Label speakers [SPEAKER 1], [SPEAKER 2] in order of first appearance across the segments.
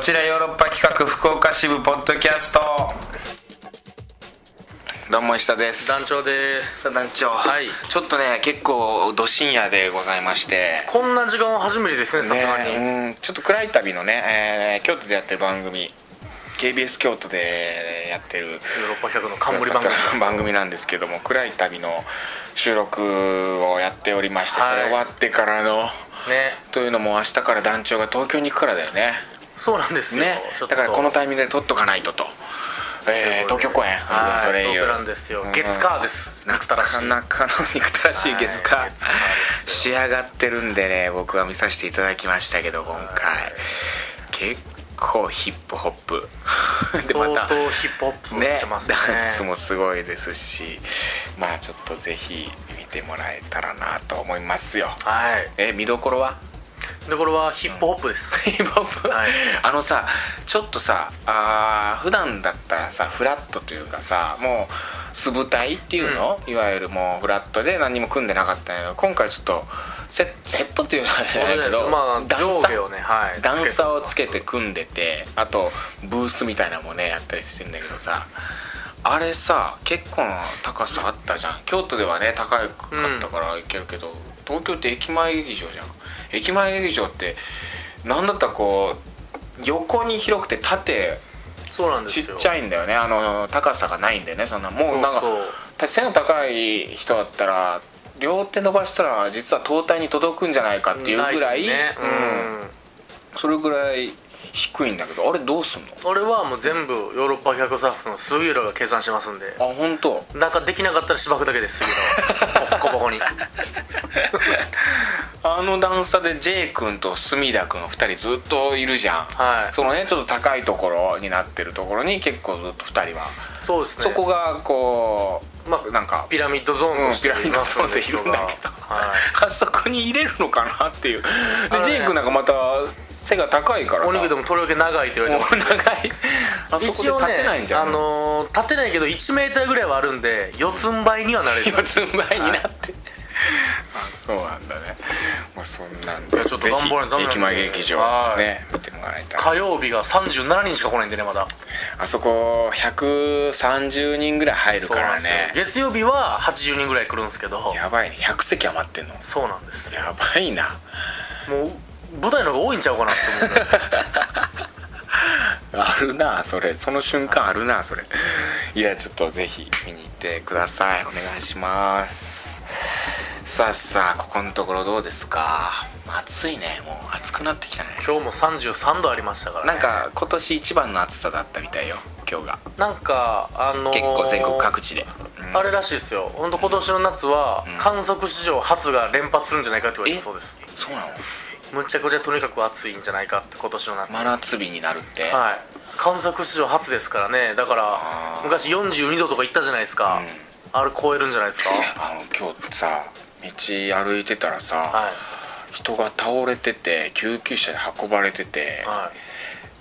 [SPEAKER 1] ちらヨーロッパ企画福岡支部ポッドキャストどうも石田です
[SPEAKER 2] 団長です
[SPEAKER 1] 団長
[SPEAKER 2] はい
[SPEAKER 1] ちょっとね結構ど深夜でございまして
[SPEAKER 2] こんな時間は初めてですねさすがに
[SPEAKER 1] ねうんちょっと暗い旅のね、えー京都でやってる番組 KBS 京都でやってる
[SPEAKER 2] ヨーロッパ企画の冠番組
[SPEAKER 1] 番組なんですけども暗い旅の収録をやっておりまして、
[SPEAKER 2] はい
[SPEAKER 1] それ終わってからの
[SPEAKER 2] ね
[SPEAKER 1] というのも明日から団長が東京に行くからだよね
[SPEAKER 2] そうなんですよ
[SPEAKER 1] ね
[SPEAKER 2] ちょっと
[SPEAKER 1] だからこのタイミングで撮っとかないとと、えー東京公演
[SPEAKER 2] はい
[SPEAKER 1] それ
[SPEAKER 2] 東京なんですよ
[SPEAKER 1] うん
[SPEAKER 2] 月火です
[SPEAKER 1] な
[SPEAKER 2] なくたらしい
[SPEAKER 1] なかなかの憎たらしいゲス
[SPEAKER 2] は
[SPEAKER 1] か
[SPEAKER 2] い月火です
[SPEAKER 1] 仕上がってるんでね僕は見させていただきましたけど今回結構ヒップホップで
[SPEAKER 2] 相
[SPEAKER 1] また
[SPEAKER 2] 当ヒップホップ
[SPEAKER 1] ね
[SPEAKER 2] してますね
[SPEAKER 1] ダンスもすごいですしまあちょっとぜひ見てもらえたらなと思いますよ
[SPEAKER 2] はい
[SPEAKER 1] え見どころは
[SPEAKER 2] でこれはヒップホップです
[SPEAKER 1] ヒップホップ
[SPEAKER 2] はい
[SPEAKER 1] あのさちょっとさあー普段だったらさフラットというかさもう素舞台っていうの、いわゆるもうフラットで何にも組んでなかったんやけど今回ちょっとセッセットっていうのはじゃないけど、
[SPEAKER 2] まあ
[SPEAKER 1] 段
[SPEAKER 2] 上
[SPEAKER 1] 差
[SPEAKER 2] 下をねはい
[SPEAKER 1] 段差をつけて組んでてあとブースみたいなのもねやったりしてんだけどさあれさ結構な高さあったじゃん京都ではね高かったから行けるけど、東京って駅前劇場じゃん駅前劇場ってなんだったらこう横に広くて縦
[SPEAKER 2] そうなんで
[SPEAKER 1] ちっ
[SPEAKER 2] すよ
[SPEAKER 1] ちゃ
[SPEAKER 2] い
[SPEAKER 1] いんだよねあの高さがないんだよねそんなもうなんか背の高い人だったら両手伸ばしたら実は塔体に届くんじゃないかっていうぐらい
[SPEAKER 2] ね
[SPEAKER 1] うんそれぐらい低いんだけどあれどうすんの
[SPEAKER 2] うん俺はもう全部ヨーロッパ企画スタッフの杉浦が計算しますんで
[SPEAKER 1] あ本当。
[SPEAKER 2] なんかできなかったら芝生だけです杉浦はボッコボコに
[SPEAKER 1] あの段差で J 君と隅田君の2人ずっといるじゃん
[SPEAKER 2] はい
[SPEAKER 1] そのねちょっと高いところになってるところに結構ずっと2人は
[SPEAKER 2] そうですね
[SPEAKER 1] そこがこう
[SPEAKER 2] まあ
[SPEAKER 1] なんか
[SPEAKER 2] ピラミッドゾーンとして
[SPEAKER 1] うんピラミッドゾーンっているんだけど
[SPEAKER 2] 人がは
[SPEAKER 1] あそこに入れるのかなっていうで
[SPEAKER 2] あのね
[SPEAKER 1] J 君なんかまた背が高いから
[SPEAKER 2] い、
[SPEAKER 1] さ
[SPEAKER 2] お肉で
[SPEAKER 1] も
[SPEAKER 2] もとりわけ長いって言われてます
[SPEAKER 1] う 長いあそこ
[SPEAKER 2] 一
[SPEAKER 1] で
[SPEAKER 2] 応
[SPEAKER 1] 立
[SPEAKER 2] ね
[SPEAKER 1] てないんじゃ
[SPEAKER 2] あ
[SPEAKER 1] ん、
[SPEAKER 2] のー立てないけど1メーターぐらいはあるんで四つん這いには なれる
[SPEAKER 1] 四つん這いになって、あそうなんだねまあそんなん
[SPEAKER 2] い
[SPEAKER 1] で
[SPEAKER 2] やちょっと頑張らないとダメ
[SPEAKER 1] ぜひ
[SPEAKER 2] なんで
[SPEAKER 1] 駅前劇場
[SPEAKER 2] はい
[SPEAKER 1] ね見てもらいたい
[SPEAKER 2] 火曜日が37人しか来ないんでねまだ
[SPEAKER 1] あそこ130人ぐらい入る
[SPEAKER 2] そう
[SPEAKER 1] か
[SPEAKER 2] なん
[SPEAKER 1] ら
[SPEAKER 2] ですよ
[SPEAKER 1] ね
[SPEAKER 2] 月曜日は80人ぐらい来るんですけど
[SPEAKER 1] やばいね100席余ってんの
[SPEAKER 2] そうなんですよ
[SPEAKER 1] やばいな
[SPEAKER 2] もう舞台の方が多いんちゃうかなって思う ぐらい
[SPEAKER 1] あるなそれその瞬間あるなそれいやちょっとぜひ見に行ってくださいお願いしますさあさあここのところどうですか暑いねもう暑くなってきたね
[SPEAKER 2] 今日も33度ありましたから、ね、
[SPEAKER 1] なんか今年一番の暑さだったみたいよ今日が
[SPEAKER 2] なんかあのー
[SPEAKER 1] 結構全国各地で、うん
[SPEAKER 2] あれらしいですよ本当今年の夏は
[SPEAKER 1] うん
[SPEAKER 2] 観測史上初が連発するんじゃないかって言われてるそうです
[SPEAKER 1] そうなの
[SPEAKER 2] むちゃくちゃとにかく暑いんじゃないかって今年の夏
[SPEAKER 1] 真夏日になるって、
[SPEAKER 2] はい観測史上初ですからねだから
[SPEAKER 1] あー
[SPEAKER 2] 昔42度とか行ったじゃないです
[SPEAKER 1] う
[SPEAKER 2] か、
[SPEAKER 1] ん
[SPEAKER 2] あれ超えるんじゃないですかは
[SPEAKER 1] あの今日さ道歩いてたらさ、
[SPEAKER 2] い
[SPEAKER 1] 人が倒れてて救急車で運ばれてて
[SPEAKER 2] はい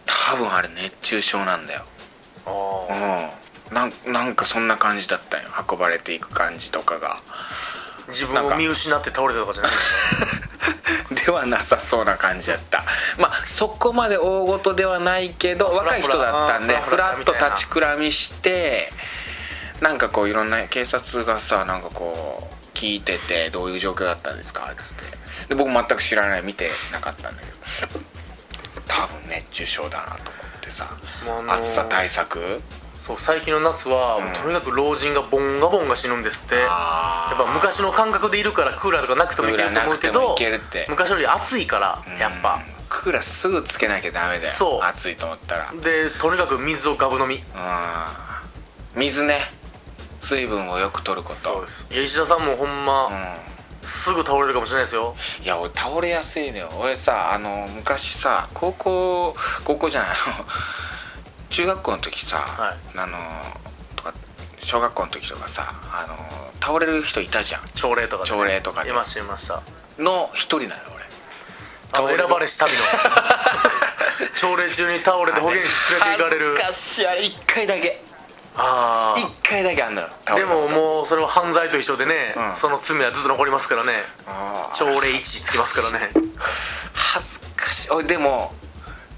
[SPEAKER 1] 多分あれ熱中症なんだよ
[SPEAKER 2] あー
[SPEAKER 1] うんなんなんかそんな感じだったよ運ばれていく感じとかが
[SPEAKER 2] 自分を見失って倒れたとかじゃないです
[SPEAKER 1] ではなさそうな感じだったまあそこまで大ごとではないけど
[SPEAKER 2] フラフラ
[SPEAKER 1] 若い人だったんで
[SPEAKER 2] あー
[SPEAKER 1] ふ
[SPEAKER 2] フラ
[SPEAKER 1] らっ
[SPEAKER 2] フラしたみ
[SPEAKER 1] と
[SPEAKER 2] たいな
[SPEAKER 1] 立ちくらみしてなんかこういろんな警察がさなんかこう聞いててどういう状況だったんですかっつってで僕全く知らない見てなかったんだけど多分熱中症だなと思ってさ
[SPEAKER 2] もうあのー
[SPEAKER 1] 暑さ対策
[SPEAKER 2] そう最近の夏は、
[SPEAKER 1] ん
[SPEAKER 2] とにかく老人がボンガボンが死ぬんですってや
[SPEAKER 1] や
[SPEAKER 2] っぱ昔の感覚でいるからクーラーとかなくてもいけると思うけ
[SPEAKER 1] クーラーな
[SPEAKER 2] ど
[SPEAKER 1] くてもいけるって
[SPEAKER 2] 昔より暑いからやっぱ、
[SPEAKER 1] クーラーすぐつけなきゃダメだよ
[SPEAKER 2] そう
[SPEAKER 1] 暑いと思ったら
[SPEAKER 2] でとにかく水をガブ飲
[SPEAKER 1] う
[SPEAKER 2] み
[SPEAKER 1] ん水ね水分をよく取ること
[SPEAKER 2] そうですいや石田さんもほんま、
[SPEAKER 1] う
[SPEAKER 2] すぐ倒れるかもしれないですよ
[SPEAKER 1] んいや俺倒れやすいのよ俺さあの昔さ高校高校じゃない あの中学校の時さ、
[SPEAKER 2] は
[SPEAKER 1] あのとか小学校の時とかさあの倒れる人いたじゃん
[SPEAKER 2] 朝礼とかで、
[SPEAKER 1] 朝礼とかで
[SPEAKER 2] いましたいました
[SPEAKER 1] の一人なの俺
[SPEAKER 2] あの
[SPEAKER 1] 倒れる
[SPEAKER 2] 選ばれし旅の 朝礼中に倒れて保健室連れて行かれる
[SPEAKER 1] 恥ずかしいあれ1回だけ
[SPEAKER 2] ああ
[SPEAKER 1] 1回だけあんのよ倒れ
[SPEAKER 2] で
[SPEAKER 1] たこと
[SPEAKER 2] ももうそれは犯罪と一緒でね、
[SPEAKER 1] うん
[SPEAKER 2] その罪はずっと残りますからね
[SPEAKER 1] あー
[SPEAKER 2] 朝礼1つきますからね
[SPEAKER 1] 恥ずかしいおいでも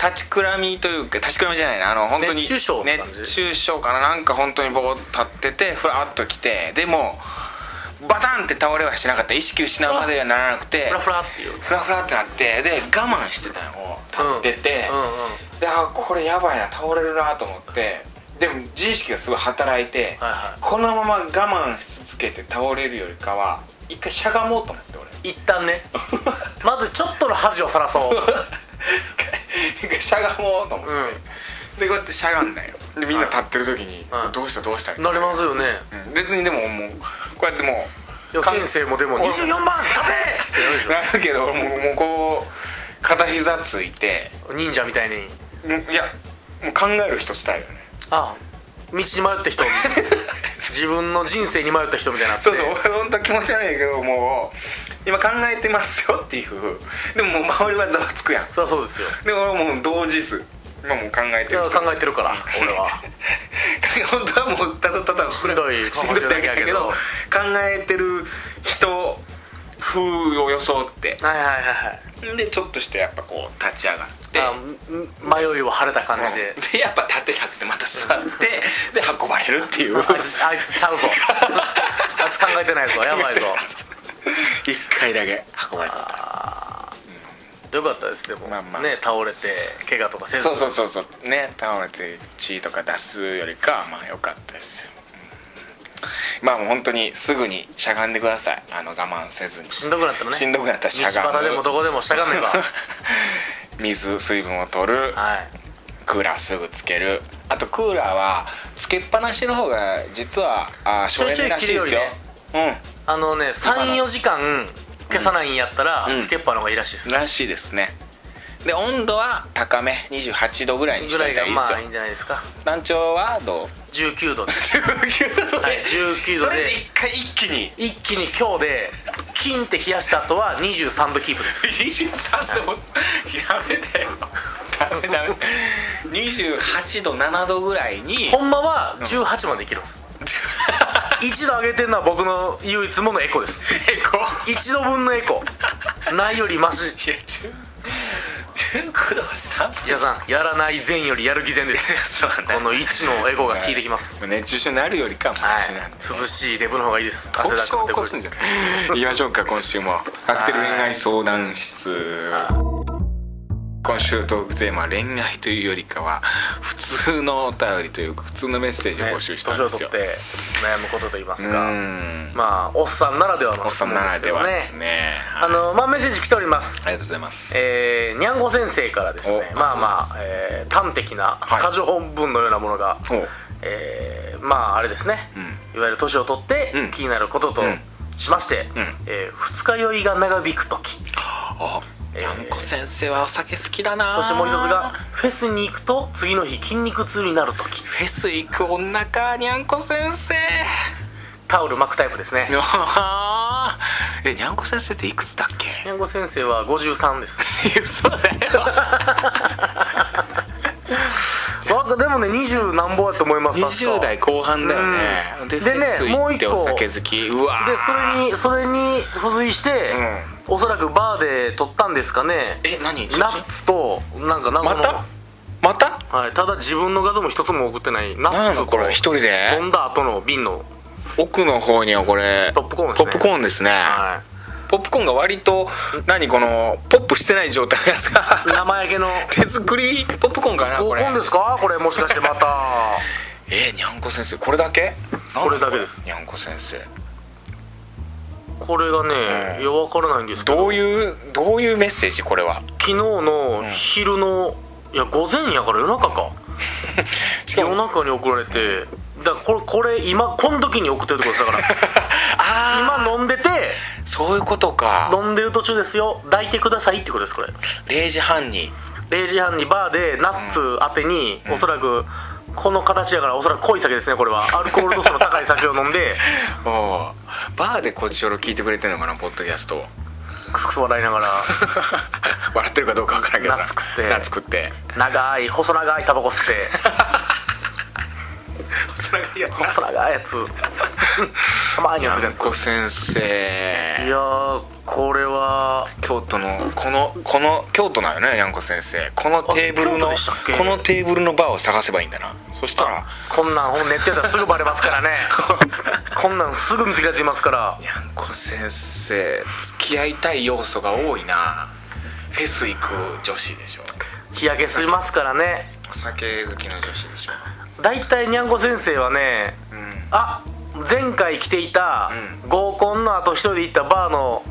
[SPEAKER 1] 立ちくらみというか立ちくらみじゃないなあの本当に
[SPEAKER 2] 熱中症って感じ
[SPEAKER 1] 熱中症かななんか本当にぼーっと立っててふらっと来てでもバタンって倒れはしなかった意識失うまではならなくて
[SPEAKER 2] フラフラっていう
[SPEAKER 1] ふらふらってなってで我慢してたの
[SPEAKER 2] うん
[SPEAKER 1] 立ってて、
[SPEAKER 2] うんうん
[SPEAKER 1] であこれやばいな倒れるなと思ってでも自意識がすごい働いて、
[SPEAKER 2] はいは
[SPEAKER 1] このまま我慢し続けて倒れるよりかは一回しゃがもうと思って 俺
[SPEAKER 2] い一 旦ねまずちょっとの恥をさらそう
[SPEAKER 1] 一回しゃがもうと思って、
[SPEAKER 2] う
[SPEAKER 1] でこうやってしゃがんだよでみんな立ってる時に、
[SPEAKER 2] はい
[SPEAKER 1] どうしたどうしたみ
[SPEAKER 2] ん
[SPEAKER 1] た
[SPEAKER 2] ないり
[SPEAKER 1] な
[SPEAKER 2] ますよね
[SPEAKER 1] うん別にでももうこうやっても
[SPEAKER 2] いや
[SPEAKER 1] かん
[SPEAKER 2] 先生もでも
[SPEAKER 1] 俺も
[SPEAKER 2] 24番立てってやるでし
[SPEAKER 1] うなるけどもうもうこう片膝ついて
[SPEAKER 2] ょ忍者みたいに
[SPEAKER 1] もういやもう考える人したいよね
[SPEAKER 2] あ道に迷っ た人自分の人生に迷った人みたいになって
[SPEAKER 1] そうそう俺本当気持ち悪いけどもう今考えてますよっていうでももう周りはざわつくやん
[SPEAKER 2] そりゃそうですよ
[SPEAKER 1] で俺もう同時数今もう考えてる
[SPEAKER 2] いや考えてるから俺は
[SPEAKER 1] 本当はもうただただ
[SPEAKER 2] しんどい
[SPEAKER 1] しんどいだけだけど考えてる人風を装って
[SPEAKER 2] はいはいはいはい
[SPEAKER 1] でちょっとしてやっぱこう立ち上がって
[SPEAKER 2] あん迷いを晴れた感じで
[SPEAKER 1] でやっぱ立てなくてまた座ってで運ばれるっていう
[SPEAKER 2] あいつあいつちゃうぞあいつ考えてないぞやばいぞ
[SPEAKER 1] 一回だけ運ばれた
[SPEAKER 2] よかったですでも、
[SPEAKER 1] まあまあ
[SPEAKER 2] ね倒れて怪我とかせず
[SPEAKER 1] そうそうそうそうね倒れて血とか出すよりかはまあ良かったですようんまあもう本当にすぐにしゃがんでくださいあの我慢せずに
[SPEAKER 2] しんどくなったらね
[SPEAKER 1] しんどくなったらしゃがむ
[SPEAKER 2] 道端でもどこでもしゃがめば
[SPEAKER 1] 水水分を取る
[SPEAKER 2] はい
[SPEAKER 1] クーラーすぐつけるあとクーラーはつけっぱなしの方が実はあー
[SPEAKER 2] ちょいち
[SPEAKER 1] 省エ
[SPEAKER 2] ょい
[SPEAKER 1] ネらしいです
[SPEAKER 2] 切る
[SPEAKER 1] よ
[SPEAKER 2] よあのね34時間消さないんやったら、
[SPEAKER 1] うん
[SPEAKER 2] つけっぱの方がいいらしいです、
[SPEAKER 1] うんらしいですねで温度は高め28度ぐらいにし
[SPEAKER 2] ぐ
[SPEAKER 1] と
[SPEAKER 2] ら
[SPEAKER 1] い
[SPEAKER 2] い
[SPEAKER 1] たらい
[SPEAKER 2] が
[SPEAKER 1] いです
[SPEAKER 2] ま
[SPEAKER 1] よ
[SPEAKER 2] あいいんじゃないですか
[SPEAKER 1] 団長は どう
[SPEAKER 2] 19度です
[SPEAKER 1] 19度
[SPEAKER 2] はい19度
[SPEAKER 1] と
[SPEAKER 2] で
[SPEAKER 1] りあえず一回一気に
[SPEAKER 2] 一気に今日でキンって冷やした後は23度キープです
[SPEAKER 1] 23度もやめてよダメダメ28度7度ぐらいに
[SPEAKER 2] ほんまは18までいけるんです1度上げてるのは僕の唯一ものエコです
[SPEAKER 1] こ
[SPEAKER 2] 1度分のエコないよりマシ
[SPEAKER 1] いや10 19度は寒
[SPEAKER 2] じゃさんやらない善よりやる偽善です
[SPEAKER 1] そうなんだ
[SPEAKER 2] この1のエコが効いてきます、
[SPEAKER 1] い熱中症になるよりかも
[SPEAKER 2] は
[SPEAKER 1] しなんで
[SPEAKER 2] い、涼しいデブの方がいいです
[SPEAKER 1] 凍傷
[SPEAKER 2] く
[SPEAKER 1] 起こすんじゃない行きましょうか今週もカクテル恋愛相談室今週のトークテーマは恋愛というよりかは普通のお便りというか普通のメッセージを募集したんですよ、
[SPEAKER 2] ね、年を取って悩むことと言いま
[SPEAKER 1] う
[SPEAKER 2] すか
[SPEAKER 1] ん
[SPEAKER 2] まあおっさんならではの
[SPEAKER 1] おっさんならではですね
[SPEAKER 2] あのまあメッセージ来ております
[SPEAKER 1] ありがとうございます
[SPEAKER 2] えー、にゃんご先生からですね
[SPEAKER 1] お
[SPEAKER 2] まあまあ、えー端的な
[SPEAKER 1] はい
[SPEAKER 2] 箇条本文のようなものが、
[SPEAKER 1] おう
[SPEAKER 2] えーまああれですね、
[SPEAKER 1] う
[SPEAKER 2] いわゆる年を取って
[SPEAKER 1] うん
[SPEAKER 2] 気になることと
[SPEAKER 1] うん
[SPEAKER 2] しまして、
[SPEAKER 1] うん
[SPEAKER 2] えー二日酔いが長引く時
[SPEAKER 1] あ
[SPEAKER 2] えー
[SPEAKER 1] やんこ先生はお酒好きだな
[SPEAKER 2] そしてもう一つがフェスに行くと次の日筋肉痛になる時
[SPEAKER 1] フェス行く女かにゃんこ先 生
[SPEAKER 2] タオル巻くタイプですね
[SPEAKER 1] あーえにゃんこ先生っていくつだっけ
[SPEAKER 2] にゃんご先生は53です
[SPEAKER 1] 嘘だよ
[SPEAKER 2] わかでもね20何本やと思います確か
[SPEAKER 1] 20代後半だよね、
[SPEAKER 2] うん
[SPEAKER 1] で
[SPEAKER 2] でね
[SPEAKER 1] フェス行って
[SPEAKER 2] もう一個
[SPEAKER 1] お酒好きうわ
[SPEAKER 2] で
[SPEAKER 1] ー
[SPEAKER 2] それにそれに付随して、おそらくバーで撮ったんですかね
[SPEAKER 1] え何
[SPEAKER 2] ナッツとなんかなん
[SPEAKER 1] ま
[SPEAKER 2] か
[SPEAKER 1] たまた
[SPEAKER 2] た、はい、ただ自分の画像も一つも送ってないナッ
[SPEAKER 1] 何な
[SPEAKER 2] ツと
[SPEAKER 1] のこれ一人で
[SPEAKER 2] 飛んだ後の瓶の
[SPEAKER 1] 奥の方にはこれ
[SPEAKER 2] ポップコーンですね
[SPEAKER 1] ポップコーンですね
[SPEAKER 2] は
[SPEAKER 1] ポップコーンが割と何このポップしてない状態がさ
[SPEAKER 2] い生焼けの
[SPEAKER 1] 手作りポップコーンかなこ
[SPEAKER 2] 合
[SPEAKER 1] れ
[SPEAKER 2] コンですかこれもしかしてま た
[SPEAKER 1] えー、にゃんこ先生これだけ
[SPEAKER 2] これだけです
[SPEAKER 1] にゃんこ先生
[SPEAKER 2] これがね、
[SPEAKER 1] うん
[SPEAKER 2] いや分からないんですけど
[SPEAKER 1] どういうどういうメッセージこれは
[SPEAKER 2] 昨日の昼の、いや午前やから夜中か
[SPEAKER 1] しか
[SPEAKER 2] 夜
[SPEAKER 1] も
[SPEAKER 2] 中に送られてだからこれこれ今この時に送ってるってことだから
[SPEAKER 1] あ
[SPEAKER 2] 今飲んでて
[SPEAKER 1] あそういうことか
[SPEAKER 2] 飲んでる途中ですよ抱いてくださいってことですこれ
[SPEAKER 1] 0時半に
[SPEAKER 2] 0時半にバーでナッツ当てに、おそらくこの形やからおそらく濃い酒ですねこれはアルコール度数の高い酒を飲んで
[SPEAKER 1] おうバーでこっちよろ聞いてくれてんのかなポッドキャストを
[SPEAKER 2] クスクス笑いながら
[SPEAKER 1] 笑ってるかどうかわからんけどな
[SPEAKER 2] 夏食って
[SPEAKER 1] 夏食って
[SPEAKER 2] 長い細長いタバコ吸って
[SPEAKER 1] 細長いやつな
[SPEAKER 2] 細長いやつたまに
[SPEAKER 1] や
[SPEAKER 2] するや
[SPEAKER 1] ん
[SPEAKER 2] つ
[SPEAKER 1] こ先
[SPEAKER 2] い
[SPEAKER 1] 生
[SPEAKER 2] やーこれは
[SPEAKER 1] 京都のこのこの京都なのねやんこ先生このテーブル
[SPEAKER 2] あ京都
[SPEAKER 1] の
[SPEAKER 2] でしたっけ
[SPEAKER 1] このテーブルのバーを探せばいいんだなそしたら
[SPEAKER 2] こんなん本ネットやったらすぐバレますからねこんなんすぐ見つけたやついますから
[SPEAKER 1] やんこ先生付き合いたい要素が多いなフェス行く女子でしょ
[SPEAKER 2] 日焼けしますからね
[SPEAKER 1] お酒好きの女子でしょ
[SPEAKER 2] 大体にゃんこ先生はね
[SPEAKER 1] うん
[SPEAKER 2] あ前回来ていた合コンの後一人で行ったバーの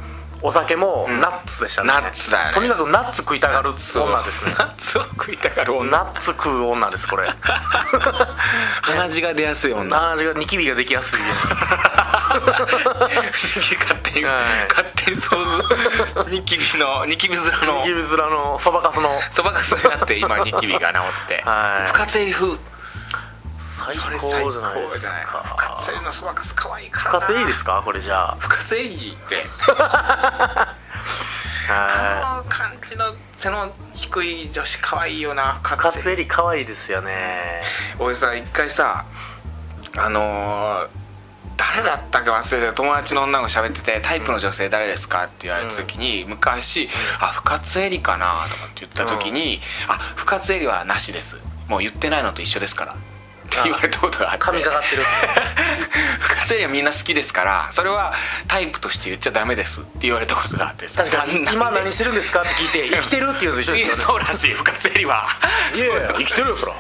[SPEAKER 2] お酒も
[SPEAKER 1] ん
[SPEAKER 2] ナッツでしたね、
[SPEAKER 1] ナッツだよね
[SPEAKER 2] とにかくナッツ食いたがる女です
[SPEAKER 1] そう
[SPEAKER 2] ね
[SPEAKER 1] ナッツを食いたがる女
[SPEAKER 2] ナッツ食う女ですこ れ
[SPEAKER 1] 鼻血が出やすい女
[SPEAKER 2] あがニキビができやすいよう
[SPEAKER 1] 勝手に、
[SPEAKER 2] はい
[SPEAKER 1] 勝手に想像ニキビのニキビ面
[SPEAKER 2] に
[SPEAKER 1] の
[SPEAKER 2] ニキビ面のそばかすの
[SPEAKER 1] そばかすになって今ニキビが治って
[SPEAKER 2] はい
[SPEAKER 1] 深津絵里風
[SPEAKER 2] 最
[SPEAKER 1] それ最高
[SPEAKER 2] 高じ
[SPEAKER 1] じ
[SPEAKER 2] ゃ
[SPEAKER 1] ゃ
[SPEAKER 2] な
[SPEAKER 1] ないい
[SPEAKER 2] で
[SPEAKER 1] ですす
[SPEAKER 2] か
[SPEAKER 1] か深津絵里のそばかす可愛いから
[SPEAKER 2] 復活いいですすかこれじゃあ
[SPEAKER 1] 深津絵里って
[SPEAKER 2] はい
[SPEAKER 1] あの感じの背の低い女子可愛いよな深
[SPEAKER 2] カ
[SPEAKER 1] 津絵
[SPEAKER 2] ツエ
[SPEAKER 1] 里
[SPEAKER 2] リ可愛いですよね
[SPEAKER 1] 俺さ一回さあのー誰だったか忘れて友達の女の子喋ってて「タイプの女性誰ですか?」って言われた時に昔「あ深津絵里かな?」とかって言った時に「あ深津絵里はなしですもう言ってないのと一緒ですから」って言われたことがあって
[SPEAKER 2] 神がかってる
[SPEAKER 1] 深津絵里はみんな好きですからそれはタイプとして言っちゃダメですって言われたことがあってさ
[SPEAKER 2] 確かに
[SPEAKER 1] あん
[SPEAKER 2] 今
[SPEAKER 1] なんで
[SPEAKER 2] 何してるんですかって聞いて生きてるっていうのと一緒
[SPEAKER 1] い
[SPEAKER 2] で
[SPEAKER 1] や
[SPEAKER 2] すよ
[SPEAKER 1] そうらしい深津絵里は
[SPEAKER 2] ねいやいや生きてるよそら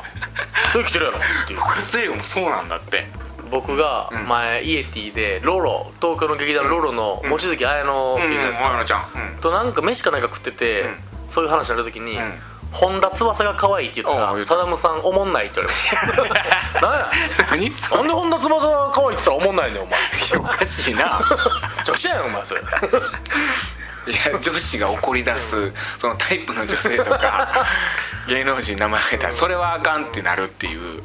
[SPEAKER 2] 生きてるやろっていう
[SPEAKER 1] 深津絵里もそうなんだって
[SPEAKER 2] 僕が前イエティでロロ東京の劇団ロロの望月綾乃
[SPEAKER 1] うん
[SPEAKER 2] 劇団ですか
[SPEAKER 1] ほのちゃんうん
[SPEAKER 2] となんか飯かなんか食ってて
[SPEAKER 1] うん
[SPEAKER 2] そういう話になるときに
[SPEAKER 1] ん
[SPEAKER 2] 本田翼が可愛いって言った
[SPEAKER 1] おう言
[SPEAKER 2] ら
[SPEAKER 1] うた
[SPEAKER 2] サダムさんおもんないって言われま した何や
[SPEAKER 1] 何そ
[SPEAKER 2] なんで本田翼が可愛いって言ったらおもんないねんお前
[SPEAKER 1] れおかしい な
[SPEAKER 2] 女子やんお前それ
[SPEAKER 1] いや女子が怒り出すそのタイプの女性と か芸能人名前挙げたらそれはあかんってなるっていう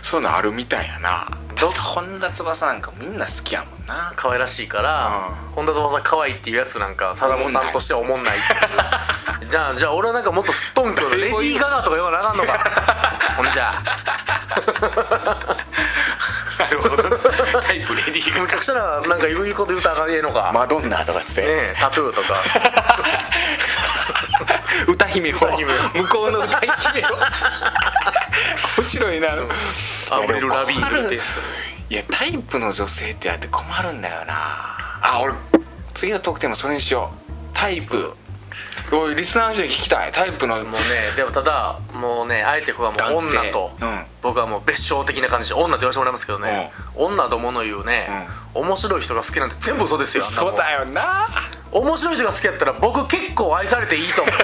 [SPEAKER 1] そういうのあるみたいやな確か本田翼なんかみんな好きやもんな
[SPEAKER 2] 可愛らしいから、本田翼可愛いっていうやつなんか貞子さんとしては思んないっていう じゃあじゃあ俺はなんかもっとすっとんきょレ
[SPEAKER 1] 誰
[SPEAKER 2] ディ
[SPEAKER 1] も言う
[SPEAKER 2] ー・ガガとか言わなあかんのか ほんじゃ
[SPEAKER 1] なるほどタイプレディー
[SPEAKER 2] むちゃくちゃななんか言うこと言うたらあかんねえのか、
[SPEAKER 1] マドンナとかっつって、
[SPEAKER 2] ねえタトゥーとか
[SPEAKER 1] 歌姫を
[SPEAKER 2] 歌姫を
[SPEAKER 1] 向こうの歌姫を面白いな
[SPEAKER 2] アブリル・ラビーンって言うん
[SPEAKER 1] い
[SPEAKER 2] ですけど
[SPEAKER 1] やタイプの女性ってやって困るんだよなあ俺次のトークテーマそれにしようタイプおいリスナーの人に聞きたいタイプの
[SPEAKER 2] もうねでもただもうねあえてここはもう
[SPEAKER 1] 男性
[SPEAKER 2] 女と、
[SPEAKER 1] うん
[SPEAKER 2] 僕はもう別称的な感じで女と言わせてもらいますけどね、女と物言うね、面白い人が好きなんて全部嘘ですよあんなもん
[SPEAKER 1] そうだよな
[SPEAKER 2] 面白い人が好きやったら僕結構愛されていい と思う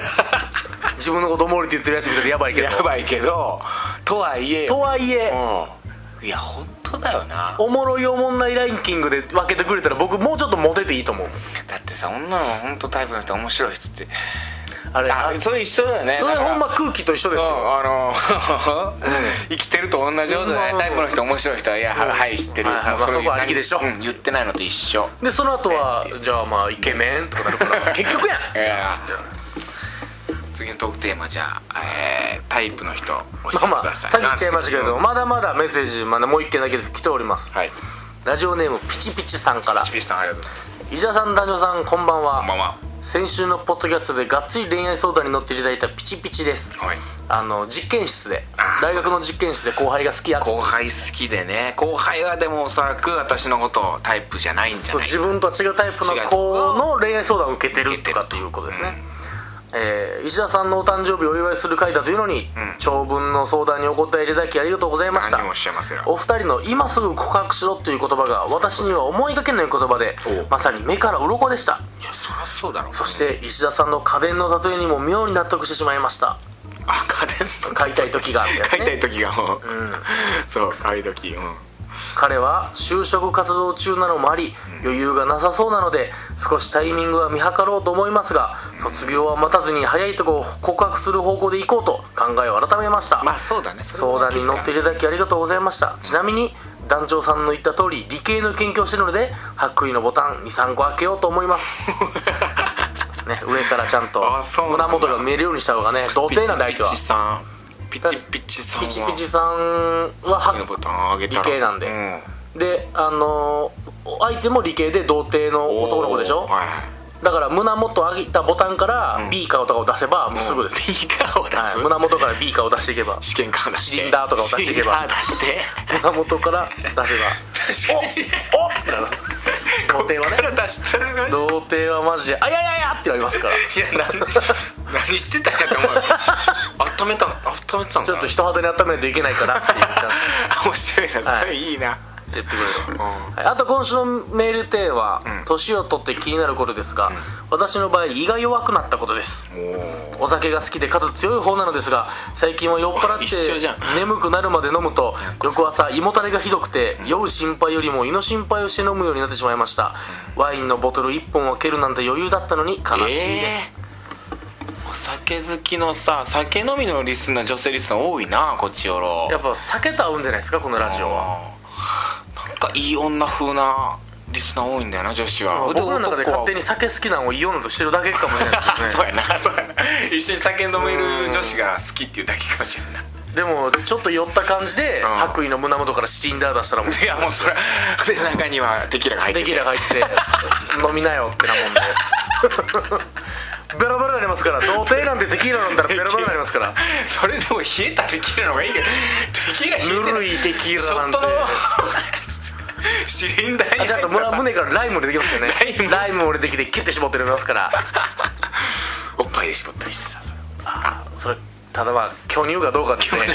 [SPEAKER 2] 自分のこと思うって言ってるやつ見たらやばいけど
[SPEAKER 1] やばいけどとはいえ
[SPEAKER 2] とはいえ
[SPEAKER 1] うんいや本当だよな
[SPEAKER 2] おもろいおもんないランキングで分けてくれたら僕もうちょっとモテていいと思う
[SPEAKER 1] だってさ女の本当タイプの人面白い人って
[SPEAKER 2] あれあ
[SPEAKER 1] あそれ一緒だよね
[SPEAKER 2] それ
[SPEAKER 1] なんか
[SPEAKER 2] ほんま空気と一緒ですよ
[SPEAKER 1] あの 生きてると同じようだね、
[SPEAKER 2] うん
[SPEAKER 1] タイプの人面白い人はいや、ははい知ってる、
[SPEAKER 2] はいはい
[SPEAKER 1] もうれ
[SPEAKER 2] まあそこはありきでしょ
[SPEAKER 1] うん言ってないのと一緒
[SPEAKER 2] でその後はじゃあまあイケメンとかな るから結局やん
[SPEAKER 1] いや次のトークテーマじゃあ、えータイプの人教えてください
[SPEAKER 2] まあまあさっき言っちゃいましたけれどもまだまだメッセージまだもう一件だけです来ております
[SPEAKER 1] はい
[SPEAKER 2] ラジオネームピチピチさんから
[SPEAKER 1] チピスさんありがとうございます
[SPEAKER 2] 石田さん男女さんこんばんは
[SPEAKER 1] こんばんは
[SPEAKER 2] 先週のポッドキャストでがっつり恋愛相談に乗っていただいたピチピチです、
[SPEAKER 1] はい
[SPEAKER 2] あの実験室で
[SPEAKER 1] あー
[SPEAKER 2] 大学の実験室で後輩が好きやって
[SPEAKER 1] 後輩好きでね後輩はでもおそらく私のことをタイプじゃないんじゃ
[SPEAKER 2] そう
[SPEAKER 1] ない
[SPEAKER 2] 自分とは違うタイプの
[SPEAKER 1] 違う
[SPEAKER 2] 子の恋愛相談を受けてる
[SPEAKER 1] 受け
[SPEAKER 2] と
[SPEAKER 1] てる
[SPEAKER 2] かということですね、えー石田さんのお誕生日をお祝いする会だというのに、
[SPEAKER 1] ん
[SPEAKER 2] 長文の相談にお答えいただきありがとうございました
[SPEAKER 1] 何をおっしゃいますよ
[SPEAKER 2] お二人の「今すぐ告白しろ」という言葉が私には思いがけない言葉で
[SPEAKER 1] お
[SPEAKER 2] まさに目から鱗でした
[SPEAKER 1] いやそりゃそうだろ
[SPEAKER 2] そして石田さんの家電の例えにも妙に納得してしまいました
[SPEAKER 1] あ家電の
[SPEAKER 2] 買いたい時があるんだ
[SPEAKER 1] 買い
[SPEAKER 2] よ
[SPEAKER 1] た
[SPEAKER 2] ね
[SPEAKER 1] い時がもう、そう買い時うん
[SPEAKER 2] 彼は就職活動中なのもあり余裕がなさそうなので少しタイミングは見計ろうと思いますが卒業は待たずに早いとこ告白する方向で行こうと考えを改めました、
[SPEAKER 1] まあそうだねそれ
[SPEAKER 2] 相
[SPEAKER 1] は
[SPEAKER 2] 談に乗っていただきありがとうございましたちなみに団長さんの言った通り理系の研究をしているので白衣のボタン23個開けようと思います ね、上からちゃんと
[SPEAKER 1] あそうなんだ
[SPEAKER 2] 胸元が見えるようにした方がね童貞なんで相手は
[SPEAKER 1] ピチさんピッチピッチさんは
[SPEAKER 2] ピチピチさんは
[SPEAKER 1] 次のボタンを上げたら
[SPEAKER 2] 理系なんで
[SPEAKER 1] うん
[SPEAKER 2] であのー相手も理系で童貞の男の子でし
[SPEAKER 1] お
[SPEAKER 2] ょ
[SPEAKER 1] ーはい
[SPEAKER 2] だから胸元上げたボタンか
[SPEAKER 1] う
[SPEAKER 2] ら
[SPEAKER 1] ん
[SPEAKER 2] B 顔とかを出せばもうすぐです、
[SPEAKER 1] ピーカーを出
[SPEAKER 2] はい、
[SPEAKER 1] す、
[SPEAKER 2] 胸元から B 顔を出していけば
[SPEAKER 1] 試験官出して
[SPEAKER 2] シリンダーとかを出していけば
[SPEAKER 1] シリンダー出して
[SPEAKER 2] 胸元から 出せば
[SPEAKER 1] 確かに
[SPEAKER 2] おっってなる童貞は
[SPEAKER 1] こっ
[SPEAKER 2] ね
[SPEAKER 1] から出してるのに
[SPEAKER 2] 童貞はマジで「あいやいやいや!」ってなりますから
[SPEAKER 1] いや なん何してたんやって思う温めたの温めてたの
[SPEAKER 2] ちょっと人肌に温めないといけないからって言ったんで
[SPEAKER 1] 面白いなそ
[SPEAKER 2] は
[SPEAKER 1] れ
[SPEAKER 2] い
[SPEAKER 1] いいな、
[SPEAKER 2] 言ってくれる
[SPEAKER 1] うん
[SPEAKER 2] はいあと今週のメールテーマは
[SPEAKER 1] うん
[SPEAKER 2] 年、を取って気になることですが、私の場合胃が弱くなったことです
[SPEAKER 1] お
[SPEAKER 2] お酒が好きでかつ強い方なのですが最近は酔っ払っ
[SPEAKER 1] 一緒じゃん
[SPEAKER 2] て眠くなるまで飲むと翌朝胃もたれがひどくて酔う心配よりも胃の心配をして飲むようになってしまいましたワインのボトル1本を蹴るなんて余裕だったのに悲しいです、
[SPEAKER 1] ーお酒好きのさ酒飲みのリスナー女性リスナー多いなこっちよろ
[SPEAKER 2] やっぱ酒と合うんじゃないですかこのラジオは
[SPEAKER 1] うんなんかいい女風なリスナー多いんだよな女子は
[SPEAKER 2] 僕の中で
[SPEAKER 1] 男は
[SPEAKER 2] 勝手に酒好きなのを言おうのとしてるだけかもしれないですけどね
[SPEAKER 1] そうやなそうやな一緒に酒飲める女子が好きっていうだけかもしれない
[SPEAKER 2] でもちょっと酔った感じで、
[SPEAKER 1] うん
[SPEAKER 2] 白衣の胸元からシリンダー出したらもう
[SPEAKER 1] いやもうそれで中にはテキーラが入って
[SPEAKER 2] テ
[SPEAKER 1] る
[SPEAKER 2] キーラ入ってて飲みなよってなもんでベロベロになりますから童貞なんてテキーラ飲んだらベロベロになりますから
[SPEAKER 1] それでも冷えたテキーラの方がいいけどテキーラ冷えて
[SPEAKER 2] ぬ
[SPEAKER 1] ない
[SPEAKER 2] るいテキーラなんて
[SPEAKER 1] ショットの シリンダーに入
[SPEAKER 2] あ
[SPEAKER 1] っ
[SPEAKER 2] ちゃんと
[SPEAKER 1] たさ
[SPEAKER 2] 胸からライムでできますよね
[SPEAKER 1] イム
[SPEAKER 2] ライムもできてキュッて絞って飲みますから
[SPEAKER 1] おっぱいで絞ったりしてさそれ
[SPEAKER 2] それただまあ巨乳がどうかってね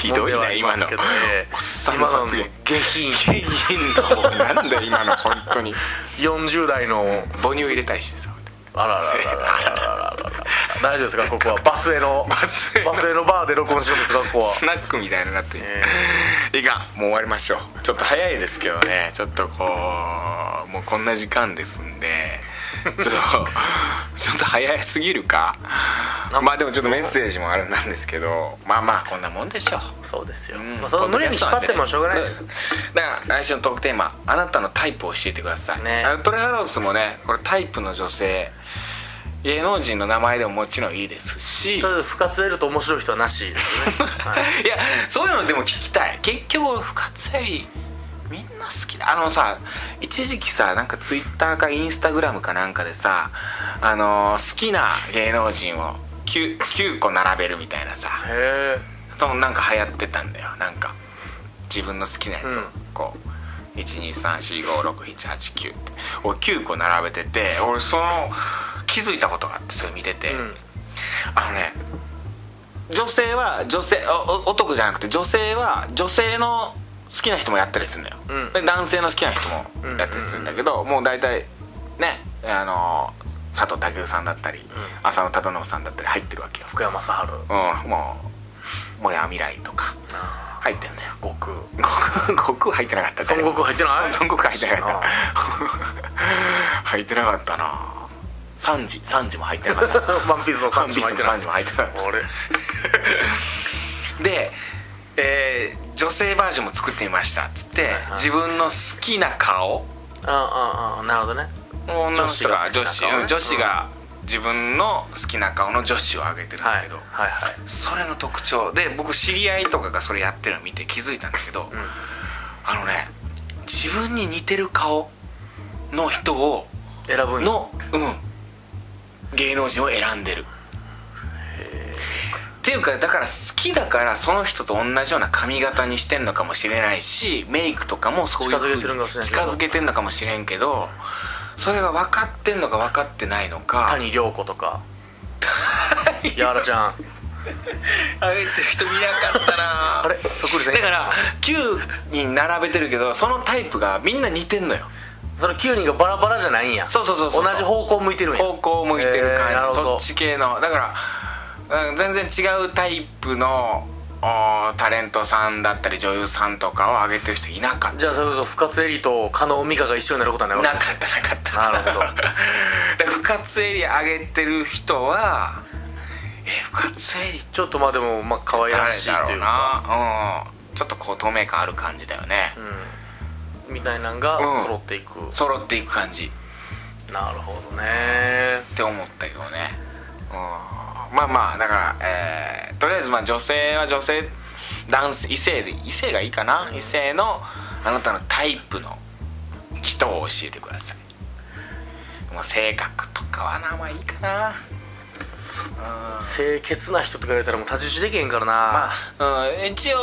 [SPEAKER 1] ひどい
[SPEAKER 2] 問題はあ
[SPEAKER 1] な
[SPEAKER 2] り
[SPEAKER 1] 今
[SPEAKER 2] ます
[SPEAKER 1] の
[SPEAKER 2] けどね
[SPEAKER 1] おっさんの
[SPEAKER 2] 今の
[SPEAKER 1] 発言
[SPEAKER 2] 下品
[SPEAKER 1] 下品だもん なんだよ今の本当に
[SPEAKER 2] 40代の
[SPEAKER 1] 母乳入れたりしてさ
[SPEAKER 2] あらららららららら大丈夫ですかここはバスへの
[SPEAKER 1] バスへの
[SPEAKER 2] バスへのバーで録音してるんですかここは
[SPEAKER 1] スナックみたいになって、いいかもう終わりましょうちょっと早いですけどねちょっとこうもうこんな時間ですんで ちょっとちょっと早すぎるかまあでもちょっとメッセージもあれなんですけどまあまあこんなもんでしょう
[SPEAKER 2] そうですよ、
[SPEAKER 1] うん
[SPEAKER 2] まあ、その無理に引っ張ってもしょうがないです
[SPEAKER 1] そうだから来週のトークテーマあなたのタイプを教えてください、
[SPEAKER 2] ね
[SPEAKER 1] あのトレハロースもねこれタイプの女性芸能人の名前でももちろんいいですし
[SPEAKER 2] とりあえず深津得ると面白い人はなしですね、はい
[SPEAKER 1] いやそういうのでも聞きたい結局俺深津よりみんな好きだあのさ一時期さなんかツイッターかインスタグラムかなんかでさあのー好きな芸能人を 9, 9個並べるみたいなさ
[SPEAKER 2] へえ
[SPEAKER 1] そのなんか流行ってたんだよなんか自分の好きなやつを
[SPEAKER 2] うん
[SPEAKER 1] こう、123456789って俺9個並べてて俺その気づいたことがあってそれ見てて、
[SPEAKER 2] うん
[SPEAKER 1] あのね女性は女性おお男じゃなくて女性は女性の好きな人もやったりするのよ、
[SPEAKER 2] うん
[SPEAKER 1] で男性の好きな人もやったりするんだけど、もう大体ねあの佐藤健さんだったり、浅野忠信さんだったり入ってるわけよ、
[SPEAKER 2] 福山雅治
[SPEAKER 1] うん、もう森山未来とか
[SPEAKER 2] あ
[SPEAKER 1] 入ってんだよ
[SPEAKER 2] ー悟空
[SPEAKER 1] 悟空悟空入ってなかった
[SPEAKER 2] 孫悟空入ってない
[SPEAKER 1] 孫悟空入ってなかった 入ってなかったな3時3時も入ってなか ったな
[SPEAKER 2] ワンピースの
[SPEAKER 1] ワ
[SPEAKER 2] 3
[SPEAKER 1] ンピ
[SPEAKER 2] 時
[SPEAKER 1] ー
[SPEAKER 2] も
[SPEAKER 1] スの
[SPEAKER 2] 入ってない
[SPEAKER 1] 3時も入ってなかった
[SPEAKER 2] あれ
[SPEAKER 1] で、えー女性バージョンも作ってみましたっつって、
[SPEAKER 2] はい
[SPEAKER 1] 自分の好きな顔
[SPEAKER 2] あああなるほどね
[SPEAKER 1] 女の人が女
[SPEAKER 2] 女
[SPEAKER 1] 子
[SPEAKER 2] 子が好きな顔ね
[SPEAKER 1] うん女子が自分の好きな顔の女子を挙げてるんだ
[SPEAKER 2] は
[SPEAKER 1] け
[SPEAKER 2] い
[SPEAKER 1] ど、
[SPEAKER 2] はいはい
[SPEAKER 1] それの特徴で僕知り合いとかがそれやってるの見て気づいたんだけど、あのね自分に似てる顔の人を
[SPEAKER 2] 選ぶんや
[SPEAKER 1] の、うん、芸能人を選んでるっていうかだから好きだからその人と同じような髪型にしてんのかもしれないしメイクとかもそういう
[SPEAKER 2] 近づけてるんかもしれんけど
[SPEAKER 1] 近づけてんのかもしれんけどそれが分かってんのか分かってないのか
[SPEAKER 2] 谷涼子とかやわらちゃん
[SPEAKER 1] あげてる人見なかったな
[SPEAKER 2] あれそっくりさん
[SPEAKER 1] だから9人並べてるけどそのタイプがみんな似てんのよ
[SPEAKER 2] その9人がバラバラじゃないんや
[SPEAKER 1] そうそうそうそう
[SPEAKER 2] 同じ方向向いてるんや
[SPEAKER 1] 方向を向いてる感じ、
[SPEAKER 2] えーなるほ
[SPEAKER 1] そ
[SPEAKER 2] ど
[SPEAKER 1] っち系のだからうん全然違うタイプのおタレントさんだったり女優さんとかを挙げてる人いなかった
[SPEAKER 2] じゃあそれこそ深津絵里と加納美香が一緒になることはないわ
[SPEAKER 1] な
[SPEAKER 2] け
[SPEAKER 1] か
[SPEAKER 2] で
[SPEAKER 1] ったなかった
[SPEAKER 2] なるほど
[SPEAKER 1] で深津絵里挙げてる人はえ深津絵里
[SPEAKER 2] ちょっとまあでもまあ可愛ら
[SPEAKER 1] 誰
[SPEAKER 2] し
[SPEAKER 1] だ
[SPEAKER 2] いと
[SPEAKER 1] ろ
[SPEAKER 2] いううか
[SPEAKER 1] なうんちょっとこう透明感ある感じだよね、
[SPEAKER 2] うんみたいなんが
[SPEAKER 1] うん
[SPEAKER 2] 揃っていく、
[SPEAKER 1] 揃っていく感じ
[SPEAKER 2] なるほどね
[SPEAKER 1] って思ったけどねうんまあまあだから、えーとりあえずまあ女性は女性男性異性で異性がいいかな、異性のあなたのタイプの人を教えてください、まあ、性格とかはなまあいいかな
[SPEAKER 2] 清潔な人とか言われたらもう立ち打ちできへんからな、
[SPEAKER 1] まあ、うん、一応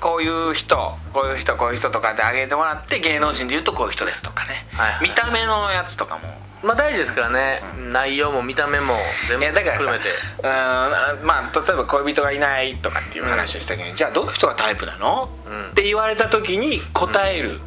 [SPEAKER 1] こういう人こういう人こういう人とかで挙げてもらって芸能人でいうとこういう人ですとかね、
[SPEAKER 2] はいはい
[SPEAKER 1] 見た目のやつとかも
[SPEAKER 2] まあ大事ですからね、内容も見た目も全
[SPEAKER 1] い
[SPEAKER 2] 部
[SPEAKER 1] やだから
[SPEAKER 2] 含
[SPEAKER 1] さ
[SPEAKER 2] めて
[SPEAKER 1] うんあまあ例えば恋人がいないとかっていう話をしたけど、じゃあどういう人がタイプなの、
[SPEAKER 2] うん
[SPEAKER 1] って言われた時に答える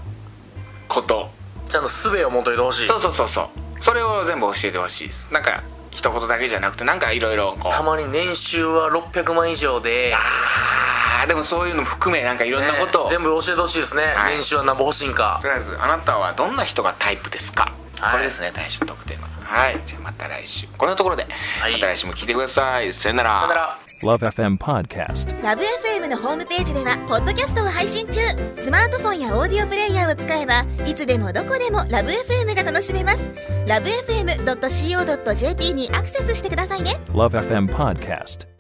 [SPEAKER 1] こと、
[SPEAKER 2] ちゃんと術を持っといてほしい
[SPEAKER 1] そうそうそうそうそれを全部教えてほしいですなんか一言だけじゃなくてなんかいろいろこう
[SPEAKER 2] たまに年収は600万以上で
[SPEAKER 1] あーでもそういうのも含めなんかいろんなことを、
[SPEAKER 2] ね全部教えてほしいですね、
[SPEAKER 1] はい
[SPEAKER 2] 年収はなんぼ欲しいんか
[SPEAKER 1] とりあえずあなたはどんな人がタイプですか、
[SPEAKER 2] はい
[SPEAKER 1] これですね大象特定のはいじゃあまた来週こんなところで、
[SPEAKER 2] い
[SPEAKER 1] また来週も聞いてくださいさよなら
[SPEAKER 2] さよなら
[SPEAKER 3] Love FM Podcast.
[SPEAKER 4] ラブ f m のホームページではポッドキャストを配信中スマートフォンやオーディオプレイヤーを使えばいつでもどこでもラブ f m が楽しめますラブ FM.co.jp にアクセスしてくださいね
[SPEAKER 3] Love FM Podcast.